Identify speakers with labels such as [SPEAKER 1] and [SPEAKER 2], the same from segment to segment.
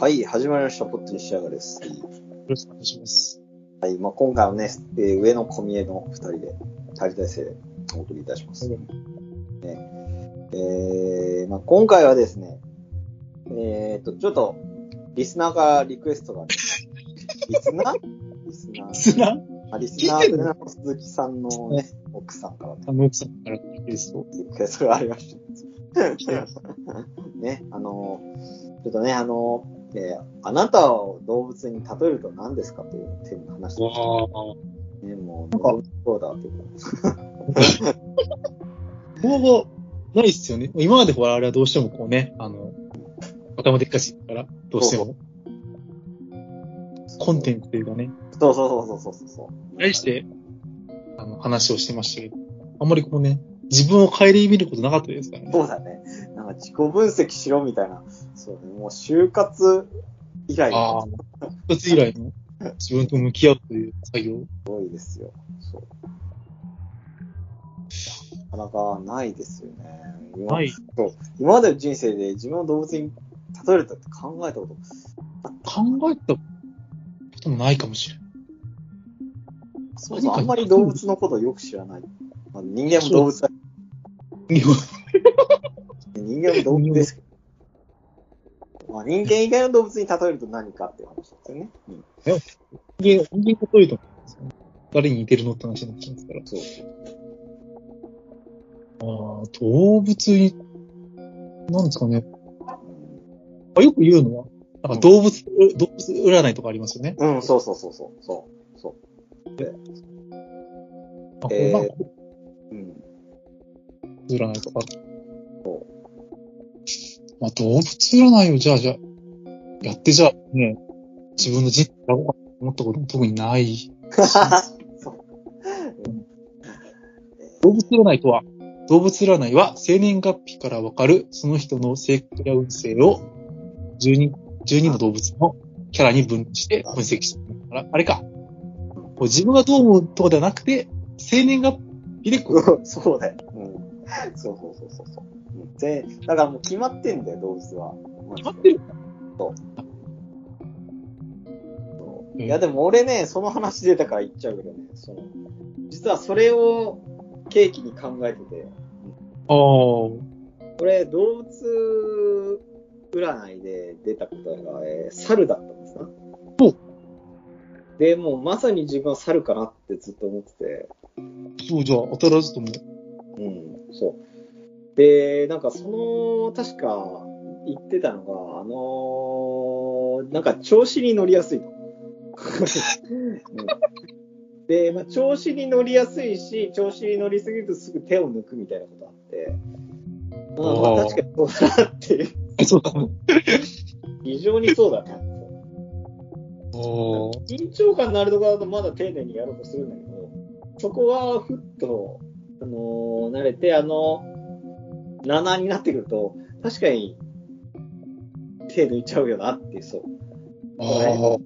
[SPEAKER 1] はい、始まりました。ポットに仕上がれです。
[SPEAKER 2] よろしくお願いします。
[SPEAKER 1] はい、まあ、今回はね、えー上野小見江の二人で、二人体制でお送りいたします。えー、まあ、今回はですね、えー、と、ちょっと、リスナーからリクエストがあります。リスナーリスナー。
[SPEAKER 2] すな、
[SPEAKER 1] あリスナーというのは鈴木さんのね、奥さんからね
[SPEAKER 2] あの奥さんからのリクエスト。
[SPEAKER 1] リクエストがありました。
[SPEAKER 2] 来てました。
[SPEAKER 1] ね、あの、ちょっとね、あの、えーあなたを動物に例えると何ですかというテーマの話を
[SPEAKER 2] わあ。
[SPEAKER 1] ね、もう、
[SPEAKER 2] なんか
[SPEAKER 1] 望むところだっていう
[SPEAKER 2] ほぼ、ないっすよね。今までほら、あれはどうしてもこうね、あの、頭でっかちから、どうしても、コンテンツというかね、
[SPEAKER 1] そうそうそうそうそうそう。
[SPEAKER 2] 対して、あの、話をしてましたけど、あんまりこうね、自分を顧みることなかったですからね。
[SPEAKER 1] そうだね。なんか自己分析しろみたいな。そうね。もう就活以外
[SPEAKER 2] ああ、一つ以来の自分と向き合うという作業。
[SPEAKER 1] 多いですよ。そう。なかなかないですよね。今
[SPEAKER 2] ない。
[SPEAKER 1] そう今までの人生で自分を動物に例えると考えたこと、
[SPEAKER 2] 考えたこともないかもしれない。
[SPEAKER 1] そうそうあんまり動物のことをよく知らない。まあ、人間も動物だ。人間も動物ですけど。まあ、人間以外の動物に例えると何かっていう話ですよね。うん
[SPEAKER 2] 人間、人間というと思うんですよね。誰に似てるのって話になっちゃいますから。
[SPEAKER 1] そう。
[SPEAKER 2] ああ、動物に、なんですかね。あよく言うのは、なんか動物、動物占いとかありますよね。
[SPEAKER 1] うん、そうそうそうそう。そ
[SPEAKER 2] あ、
[SPEAKER 1] えー
[SPEAKER 2] まあ、動
[SPEAKER 1] う。うん。
[SPEAKER 2] 物占いとか。まあ、動物占いをじゃあ、じゃあ、やってじゃあ、ね、自分の人生やろうかと思ったことも特にない。動物占いとは、動物占いは生年月日からわかるその人の性格や運勢を12、12の動物のキャラに分類して分析してるから、あれか。こう自分がどう思うとかではなくて、生年月日でこう、
[SPEAKER 1] うんそうだよ。うん。そうそうそうそうそう。うんで、だからもう決まってんだよ、動物は。
[SPEAKER 2] 決まってる。
[SPEAKER 1] そういや、でも俺ね、その話出たから言っちゃうけどね、その、実はそれを契機に考えてて、
[SPEAKER 2] ああ、
[SPEAKER 1] 俺、動物占いで出た答えが、えー猿だったんですな。
[SPEAKER 2] ほう
[SPEAKER 1] で、もうまさに自分は猿かなってずっと思ってて、
[SPEAKER 2] そうじゃあ当たらずとも。
[SPEAKER 1] うん、そう。で、なんかその、確か言ってたのが、あのーなんか調子に乗りやすいと。うんで、まあ、調子に乗りやすいし、調子に乗りすぎるとすぐ手を抜くみたいなことあって、まあ、まあ
[SPEAKER 2] あー
[SPEAKER 1] 確かにそうだなっていう、
[SPEAKER 2] そうだね。
[SPEAKER 1] 非常にそうだな。
[SPEAKER 2] ああ。
[SPEAKER 1] 緊張感のあるところだとまだ丁寧にやろうとするんだけど、そこはふっと、あのー慣れて、あの、7になってくると、確かに手抜いちゃうよなっていう、そう。
[SPEAKER 2] ああ、なるほ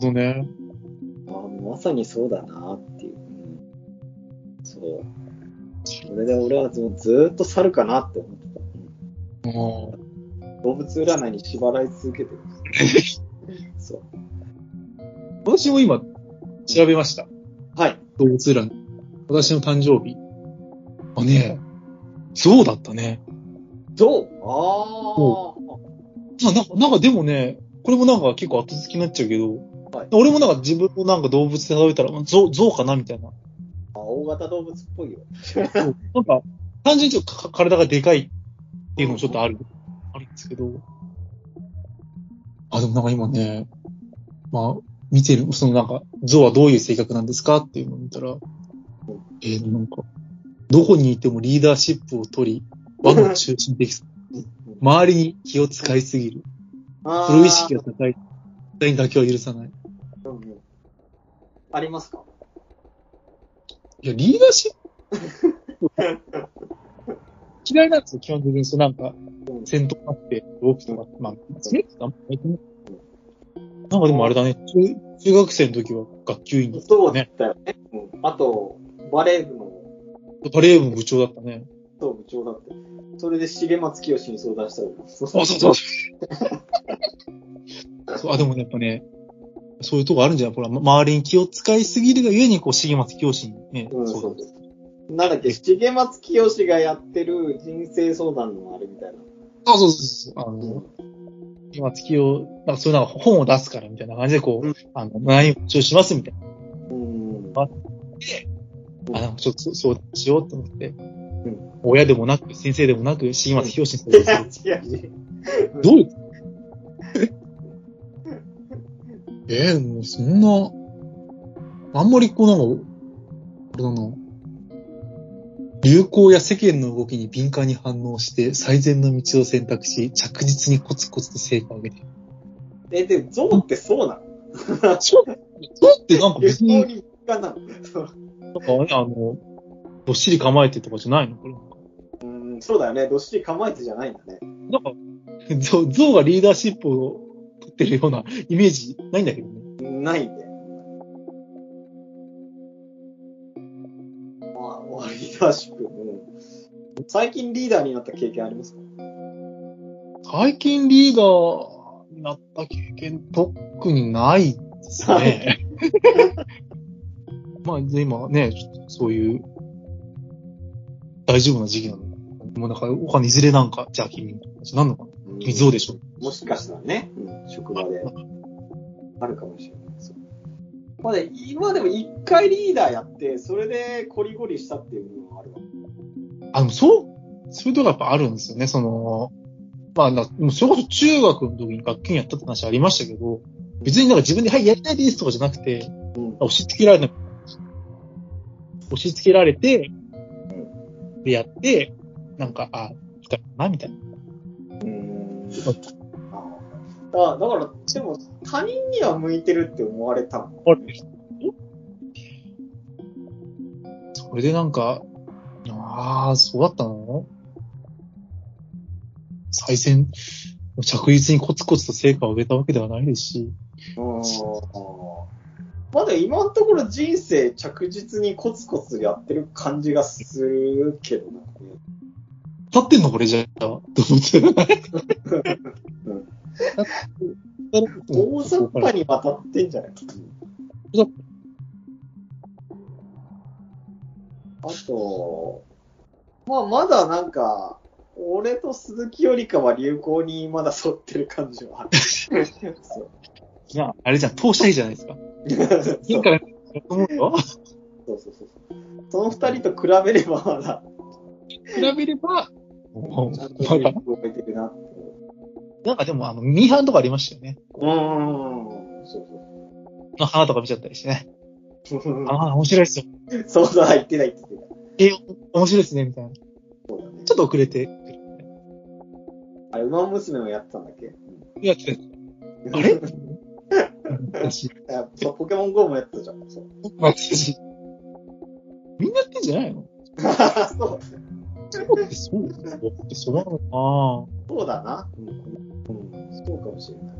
[SPEAKER 2] どね。
[SPEAKER 1] あまさにそうだなっていう。うんそう。それで俺はずずーっと猿かなって思ってた。うん
[SPEAKER 2] ああ。
[SPEAKER 1] 動物占いに縛られ続けてる。 そう。
[SPEAKER 2] 私も今、調べました。
[SPEAKER 1] はい。
[SPEAKER 2] 動物占い。私の誕生日。あ、ね象だったね。
[SPEAKER 1] どうあ
[SPEAKER 2] まあ、なんか、なんかでもね、これもなんか結構後付きになっちゃうけど、
[SPEAKER 1] はい
[SPEAKER 2] 俺もなんか自分のなんか動物で例えたら、まあ象、象かなみたいな。
[SPEAKER 1] あ。あ大型動物っぽいよ。
[SPEAKER 2] そうなんか、単純にちょっとか体がでかいっていうのもちょっとある、あるんですけど。あ、でもなんか今ね、まあ、見てる、そのなんか、象はどういう性格なんですかっていうのを見たら、えー、なんか、どこにいてもリーダーシップを取り、輪の中心的さ、 周りに気を使いすぎる。
[SPEAKER 1] あ
[SPEAKER 2] プロ意識が高い。誰にだけは許さない。
[SPEAKER 1] ありますか
[SPEAKER 2] いや、リーダーシップ嫌いなんですよ、基本的に。そう、なんか、戦闘があって、動機とか、まあ、強いってあんまりないなんかでもあれだね、中中学生の時は学級委員だった
[SPEAKER 1] そうだ
[SPEAKER 2] ね。
[SPEAKER 1] よね。うん、あと、バレー部の
[SPEAKER 2] バレー部の部長だったね。
[SPEAKER 1] 当部長だって。それで重松清に相談したり。そう
[SPEAKER 2] あ、そうそう。そう、あ、でもやっぱね、そういうとこあるんじゃないほら、ま周りに気を使いすぎるがゆえに、こう、重松清志にね、
[SPEAKER 1] うん、
[SPEAKER 2] そう
[SPEAKER 1] そうです。なんだっけ、重松清がやってる人生相談のあれみたいな。
[SPEAKER 2] あ、そうそうそう。あの、重松清、なんかそういうなんか本を出すからみたいな感じで、こう、
[SPEAKER 1] うん
[SPEAKER 2] あの、内容を主張しますみたいな。
[SPEAKER 1] うん。
[SPEAKER 2] あ、なんかちょっとそうそうしようと思って。
[SPEAKER 1] ん
[SPEAKER 2] 親でもなく、先生でもなく、重松清志に
[SPEAKER 1] い
[SPEAKER 2] 相
[SPEAKER 1] や、
[SPEAKER 2] 談す
[SPEAKER 1] 違う違う。
[SPEAKER 2] る。どういう えー、もうそんな、あんまりこうなんか、あれだな。流行や世間の動きに敏感に反応して、最善の道を選択し、着実にコツコツと成果を上げていく
[SPEAKER 1] え、でも、ゾウってそうなの
[SPEAKER 2] そうそうってなんか
[SPEAKER 1] 旅
[SPEAKER 2] 別に、
[SPEAKER 1] 行
[SPEAKER 2] なんか
[SPEAKER 1] に一貫なの。そう
[SPEAKER 2] ね、あの、どっしり構えてとかじゃないのこれ。
[SPEAKER 1] うん、そうだよね。どっしり構えてじゃないんだね。
[SPEAKER 2] なんか、ゾゾウがリーダーシップを取ってるようなイメージないんだけどね。
[SPEAKER 1] ないんで。まあ、まあリーダーシップ。うん、最近リーダーになった経験ありますか
[SPEAKER 2] 最近リーダーになった経験、特にないですね。まあ、で今ね、ちょっとそういう、大丈夫な時期なのか。もうなんか、お金いずれなんか、じゃあ君、なんのかな君ゾウでしょ。
[SPEAKER 1] もしかしたらね、うん、職場であるかもしれない。そうまあね、今でも一回リーダーやって、それでコリコリしたっていうのはあるわ。
[SPEAKER 2] あの、そう、そういうとこやっぱあるんですよね。その、まあ、なもうそれこそ中学の時に学級委員やったって話ありましたけど、別になんか自分で、はい、やりたいですとかじゃなくて、
[SPEAKER 1] うん
[SPEAKER 2] 押し付けられな押し付けられて、でやって、なんか、あ、来たかな、みたいな。
[SPEAKER 1] うんあだから、でも他人には向いてるって思われたの。
[SPEAKER 2] それでなんか、ああ、そうだったの最善、着実にコツコツと成果を上げたわけではないですし、
[SPEAKER 1] うんまだ今のところ人生着実にコツコツやってる感じがするけどな。
[SPEAKER 2] 立ってんのこれじゃあ、と思って。
[SPEAKER 1] 大雑把に渡ってんじゃない
[SPEAKER 2] うん
[SPEAKER 1] あと、まあ、まだなんか、俺と鈴木よりかは流行にまだ沿ってる感じは ある。そう
[SPEAKER 2] いや、あれじゃん、当社いいじゃないですか。
[SPEAKER 1] そう
[SPEAKER 2] いいから、と思うよ。
[SPEAKER 1] そうそうそうそう。その二人と比べればまだ、
[SPEAKER 2] 比べれば、
[SPEAKER 1] ちゃん
[SPEAKER 2] な
[SPEAKER 1] と
[SPEAKER 2] んか、
[SPEAKER 1] 覚えてるなって。
[SPEAKER 2] なんかでも、あの、ミーハンとかありましたよね。
[SPEAKER 1] うーん。そう
[SPEAKER 2] の花とか見ちゃったりしてね。
[SPEAKER 1] そうそう。
[SPEAKER 2] ああ、面白いですよ。
[SPEAKER 1] そうだ、言ってない言ってない。
[SPEAKER 2] え、面白いですね、みたいな。ちょ
[SPEAKER 1] そうだね
[SPEAKER 2] っ。と遅れて。
[SPEAKER 1] あれ、馬娘もやってたんだっけ
[SPEAKER 2] いや、ちょっとあれ私、
[SPEAKER 1] あそうポケモン GO もやってたじゃん。そう
[SPEAKER 2] 私、みんなやってんじゃないの
[SPEAKER 1] そう
[SPEAKER 2] そうってそうってそうなのかな
[SPEAKER 1] そうだな。うん。そうかもしれない。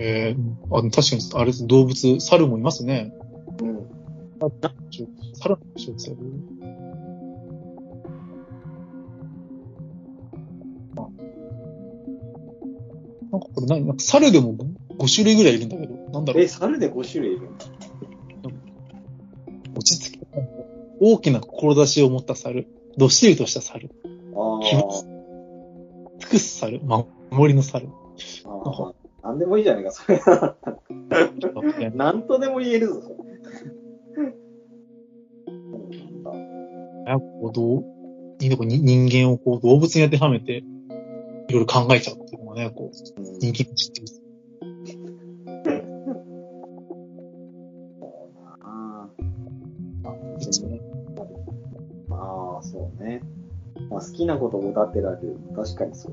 [SPEAKER 2] えー、あの確かに、あれです、動物、猿もいますね。
[SPEAKER 1] うん。
[SPEAKER 2] サラダの小説なんかこれ何なんか猿でも5種類ぐらいいるんだけど、なんだろう
[SPEAKER 1] え、猿で5種類いるんだ。
[SPEAKER 2] 落ち着き。大きな志を持った猿、どっしりとした猿、
[SPEAKER 1] あ
[SPEAKER 2] 気持ち尽くす猿、守りの猿。
[SPEAKER 1] あああ。なんでもいいじゃないか、それ。 なんとでも言えるぞ、それ。うんなんだ
[SPEAKER 2] なんかこうどういいとこに人間をこう動物に当てはめて、いろいろ考えちゃうっていうのがね、こう、
[SPEAKER 1] うん
[SPEAKER 2] 人間の知ってる。
[SPEAKER 1] ああ、まあ、そうね。まあ、好きなことを歌ってられる。確かにそう。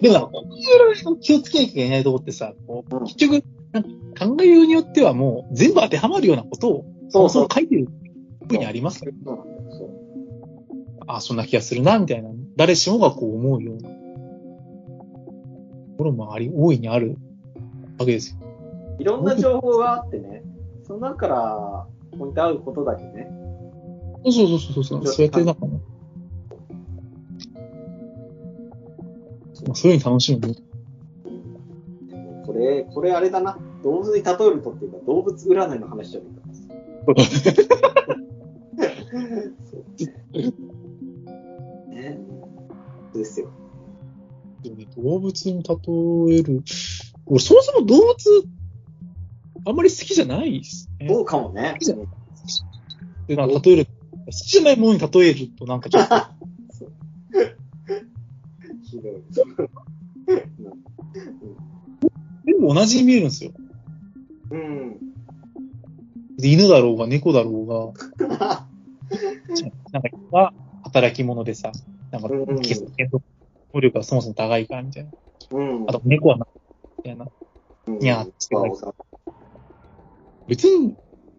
[SPEAKER 2] でもなんか、こういうの気をつけなきゃいけないとこってさ、こう
[SPEAKER 1] うん
[SPEAKER 2] 結局、なんか考えようによってはもう全部当てはまるようなことを、
[SPEAKER 1] そう
[SPEAKER 2] そ
[SPEAKER 1] そう
[SPEAKER 2] も書いてる風にありますから、
[SPEAKER 1] そうなんだよそう。
[SPEAKER 2] あそんな気がするな、みたいな、誰しもがこう思うような、ところもあり、大いにあるわけですよ。
[SPEAKER 1] いろんな情報があってね、その中からポイント合うことだけね。
[SPEAKER 2] そうそうそうそうそう、そうやってなんかね、まあ、そういうふうに楽しむ。
[SPEAKER 1] これ、これあれだな。動物に例えるとっていうか、動物占いの話じゃないか。そうね。ですよ。
[SPEAKER 2] 動物に例える。俺、そもそも動物、あんまり好きじゃないですね。
[SPEAKER 1] そうかもね。
[SPEAKER 2] そうでなんか例える、好きじゃないものに例えるとなんかちょっと、
[SPEAKER 1] ひどい。
[SPEAKER 2] 全部同じに見えるんですよ。
[SPEAKER 1] うん。
[SPEAKER 2] で犬だろうが猫だろうが、なんか犬は働き者でさ、なんか
[SPEAKER 1] うんうん、
[SPEAKER 2] 結局、能力がそもそも高いからみたいな。
[SPEAKER 1] うん。
[SPEAKER 2] あと、猫はなんかみたいな。
[SPEAKER 1] うん、
[SPEAKER 2] にゃーって
[SPEAKER 1] 馬王さん
[SPEAKER 2] 別に、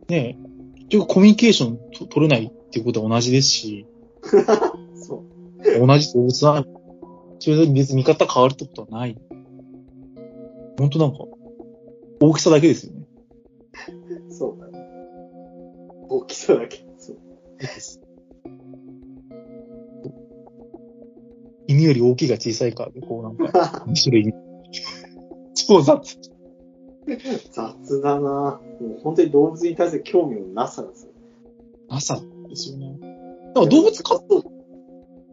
[SPEAKER 2] ね、結局コミュニケーションと取れないっていうことは同じですし、
[SPEAKER 1] そう。
[SPEAKER 2] 同じ動物は、それで別に見方変わるってことはない。本当なんか、大きさだけですよね。
[SPEAKER 1] そうだね。大きさだけ。そう。
[SPEAKER 2] 犬より大きいが小さいかで、こうなんか、一種類。超雑。
[SPEAKER 1] 雑だなもう本当に動物に対する興味のなさがす
[SPEAKER 2] 朝ですよね。なんか動物飼っ
[SPEAKER 1] と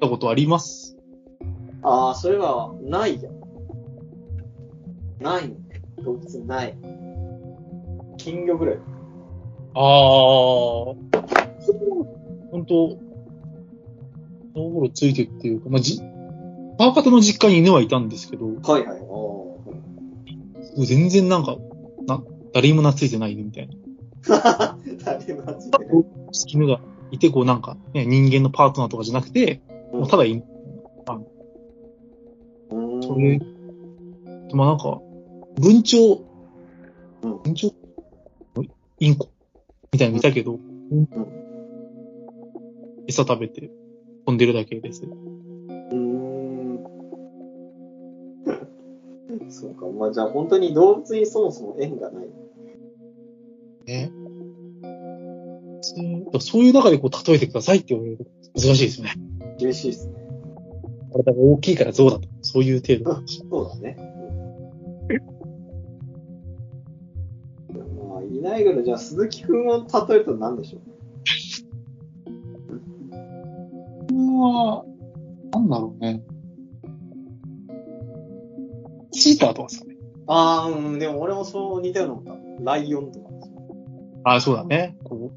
[SPEAKER 2] たことあります
[SPEAKER 1] ああ、それは、ないじゃん。ないね。動物ない。金魚ぐらい。
[SPEAKER 2] ああ。本当その頃ついてっていうか、まあ、じ、母方の実家に犬はいたんですけど、
[SPEAKER 1] はいはい。あ
[SPEAKER 2] 全然なんか、な、誰にも懐いてない犬みたいな。
[SPEAKER 1] あ。誰もついてない。
[SPEAKER 2] 犬がいて、こうなんか、ね、人間のパートナーとかじゃなくて、もうただ犬、
[SPEAKER 1] う
[SPEAKER 2] そ
[SPEAKER 1] ー
[SPEAKER 2] うい
[SPEAKER 1] ん。
[SPEAKER 2] う、まあなんか、文鳥
[SPEAKER 1] うん、
[SPEAKER 2] 文鳥、インコみたいなの見たけど、餌食べて飛んでるだけです。
[SPEAKER 1] うーん。そうか。まあじゃあ本当に動物にそもそも縁がない。
[SPEAKER 2] ね。そうそういう中でこう例えてくださいって言われると難しいですよね。
[SPEAKER 1] 厳しいですね。
[SPEAKER 2] 体が大きいから象だと。そういう程度。
[SPEAKER 1] そうだね。まあ、いないけど、じゃあ鈴木くんを例えると何でしょう
[SPEAKER 2] は、なんだろうね。チーターとかさ。
[SPEAKER 1] ああ、うん、でも俺もそう似たようなもんだ。ライオンとか。
[SPEAKER 2] ああ、そうだね。こ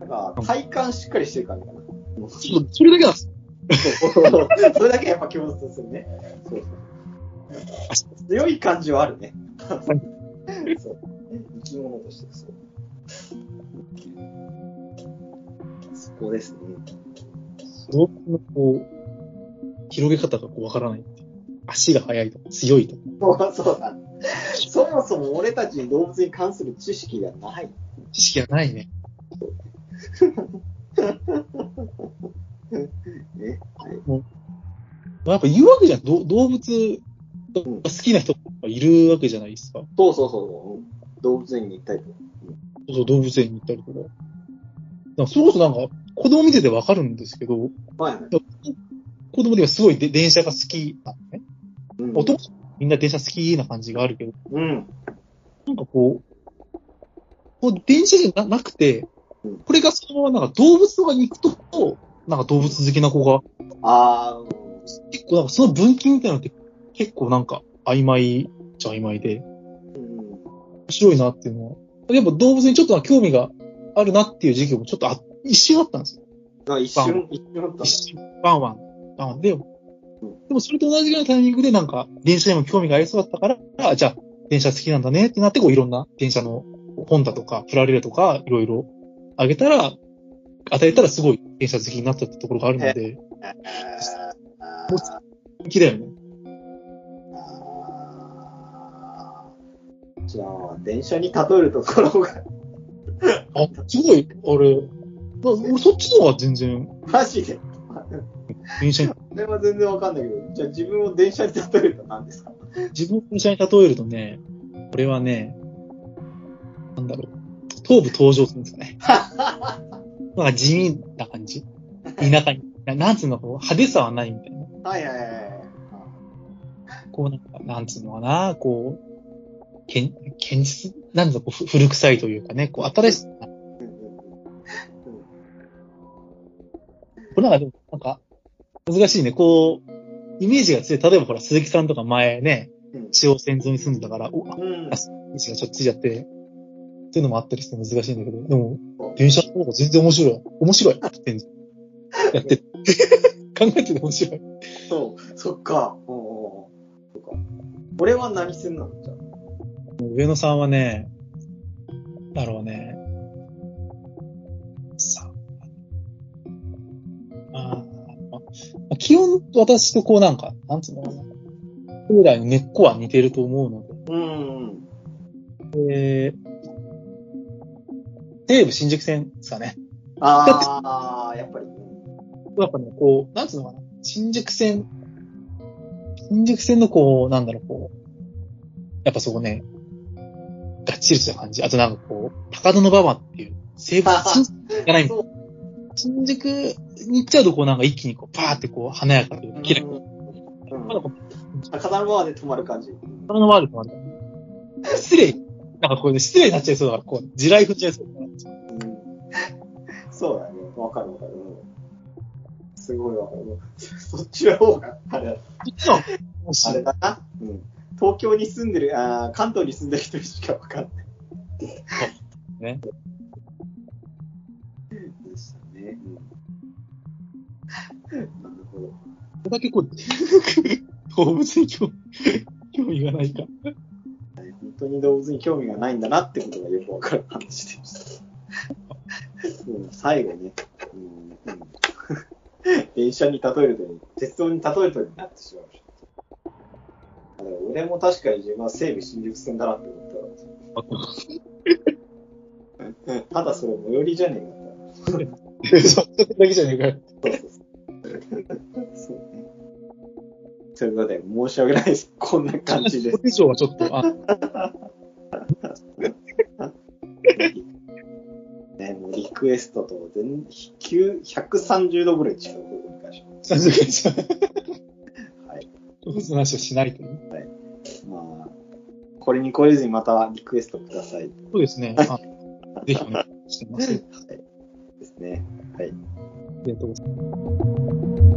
[SPEAKER 1] なんか、体幹しっかりしてる感 じかな。もう
[SPEAKER 2] う、ちょっとそれだけなんですよ。
[SPEAKER 1] そうそれだけやっぱ共通するね。そうそう強い感じはあるね。そう生き物としてそう。そこですね。
[SPEAKER 2] 動物のこう、広げ方がこうわからないっていう足が速いとか強いとか。
[SPEAKER 1] もうそうだ。そもそも俺たちに動物に関する知識がない。
[SPEAKER 2] 知識がないね。
[SPEAKER 1] ね。
[SPEAKER 2] まあ、やっぱ言うわけじゃん。ど動物が好きな人がいるわけじゃないですか。
[SPEAKER 1] そうそうそう。うん動物園に行ったりとか。
[SPEAKER 2] そうそう、動物園に行ったりとか。だからそれこそなんか、子供見ててわかるんですけど、
[SPEAKER 1] はいはい。
[SPEAKER 2] 子供ではすごいで電車が好きなのね。
[SPEAKER 1] うん
[SPEAKER 2] 男みんな電車好きな感じがあるけど、
[SPEAKER 1] うん。
[SPEAKER 2] なんかこう、こう電車じゃななくて
[SPEAKER 1] うん、
[SPEAKER 2] これがそのままなんか動物とかに行くと、なんか動物好きな子が、
[SPEAKER 1] ああ、うん
[SPEAKER 2] 結構なんかその分岐みたいなのって結構なんか曖昧じゃ曖昧で、
[SPEAKER 1] うん。
[SPEAKER 2] 面白いなっていうのは、やっぱ動物にちょっとなんか興味があるなっていう時期もちょっとあ一瞬あったんですよ
[SPEAKER 1] まあ一瞬、一瞬だったんだ。
[SPEAKER 2] 一瞬ワンワン、ワンワンで、でもそれと同じぐらいのタイミングでなんか、電車にも興味がありそうだったから、あじゃあ、電車好きなんだねってなって、こういろんな電車の本だとか、プラレールとか、いろいろあげたら、与えたらすごい電車好きになったってところがあるので、
[SPEAKER 1] あ
[SPEAKER 2] もう綺麗だよね。
[SPEAKER 1] あーじゃあ、電車に例えるところが、
[SPEAKER 2] あ、すごい、あれ、まあ俺そっちの方が全然、
[SPEAKER 1] マジで。
[SPEAKER 2] 電車に、
[SPEAKER 1] それは全然わかんないけど、じゃあ自分を電車に例えると何ですか
[SPEAKER 2] 自分を電車に例えるとね、これはね、なんだろう、東部登場するんですかね。なんか地味な感じ田舎に。ななんつうの、こう派手さはないみたいな。
[SPEAKER 1] はいはいはいはい。
[SPEAKER 2] こうなんか、なんつうのかな、こう、けん、堅実、なんだこう、ふ古臭いというかね、こう、新しい、
[SPEAKER 1] うんうん
[SPEAKER 2] これなんかでも、なんか、難しいね、こう、イメージが強い。例えばほら、鈴木さんとか前ね、
[SPEAKER 1] うん
[SPEAKER 2] 中央線沿いに住んでたから、お、あ
[SPEAKER 1] うん
[SPEAKER 2] あイメージがちょっとついちゃって、っていうのもあったりして難しいんだけど、でも、電車の方が全然面白い。面白い。全然やってる。 考えてて面白い。
[SPEAKER 1] そう、そっか。おうおうおうそっか。俺は何すんのじゃあ
[SPEAKER 2] 上野さんはね、だろうね。さあ、ああ基本、私とこうなんか、なんつうのかな。将来の根っこは似てると思うの
[SPEAKER 1] うんうん。
[SPEAKER 2] で、えー、西武新宿線ですかね。
[SPEAKER 1] ああ、やっぱり。
[SPEAKER 2] やっぱね、こう、なんつうのかな。新宿線、新宿線のこう、なんだろう、こう、やっぱそこね、がっちりした感じ。あとなんかこう、高田馬場っていう、西武、新宿じゃな い
[SPEAKER 1] そう
[SPEAKER 2] 新宿に行っちゃうと、こうなんか一気にこう、パーってこう、華やかというか、キラキラ。
[SPEAKER 1] うん
[SPEAKER 2] まだこう、
[SPEAKER 1] あ、風のままで止まる感じ。
[SPEAKER 2] 体の悪くなる。失礼。なんかこれ、ね、失礼になっちゃいそうだから、こう、地雷踏んじゃいそうだから。
[SPEAKER 1] うんそうだね。わかるわかる。うんすごいわ。うんそっちの方が、あれ
[SPEAKER 2] もし
[SPEAKER 1] あれだな。うん東京に住んでる、あー関東に住んでる人しかわかんない。
[SPEAKER 2] ね。
[SPEAKER 1] でしたね。うんなるほど。
[SPEAKER 2] これだけこう、 動物に興興味がないか。
[SPEAKER 1] 本当に動物に興味がないんだなってことがよくわかる話でした。うん最後ね、うんうん電車に例えるとに、鉄道に例えるとになってしまいました。だから俺も確かに自分は西武新宿線だなって思ったわただそれ最寄りじゃね
[SPEAKER 2] それだけじゃねえかよ。
[SPEAKER 1] えかって。そうね。ということで、申し訳ないです。こんな感じです
[SPEAKER 2] こ。れ以上はちょっと、あ、
[SPEAKER 1] ね、もうリクエストと全9 130度ぐらい違う方向に関し
[SPEAKER 2] さすがに さ、
[SPEAKER 1] はい。
[SPEAKER 2] 動物の話をしないという。
[SPEAKER 1] てまあ、これに懲りずにまたリクエストください
[SPEAKER 2] そうですね。あぜひお願いしてます。あり
[SPEAKER 1] ですね。
[SPEAKER 2] がとうございます。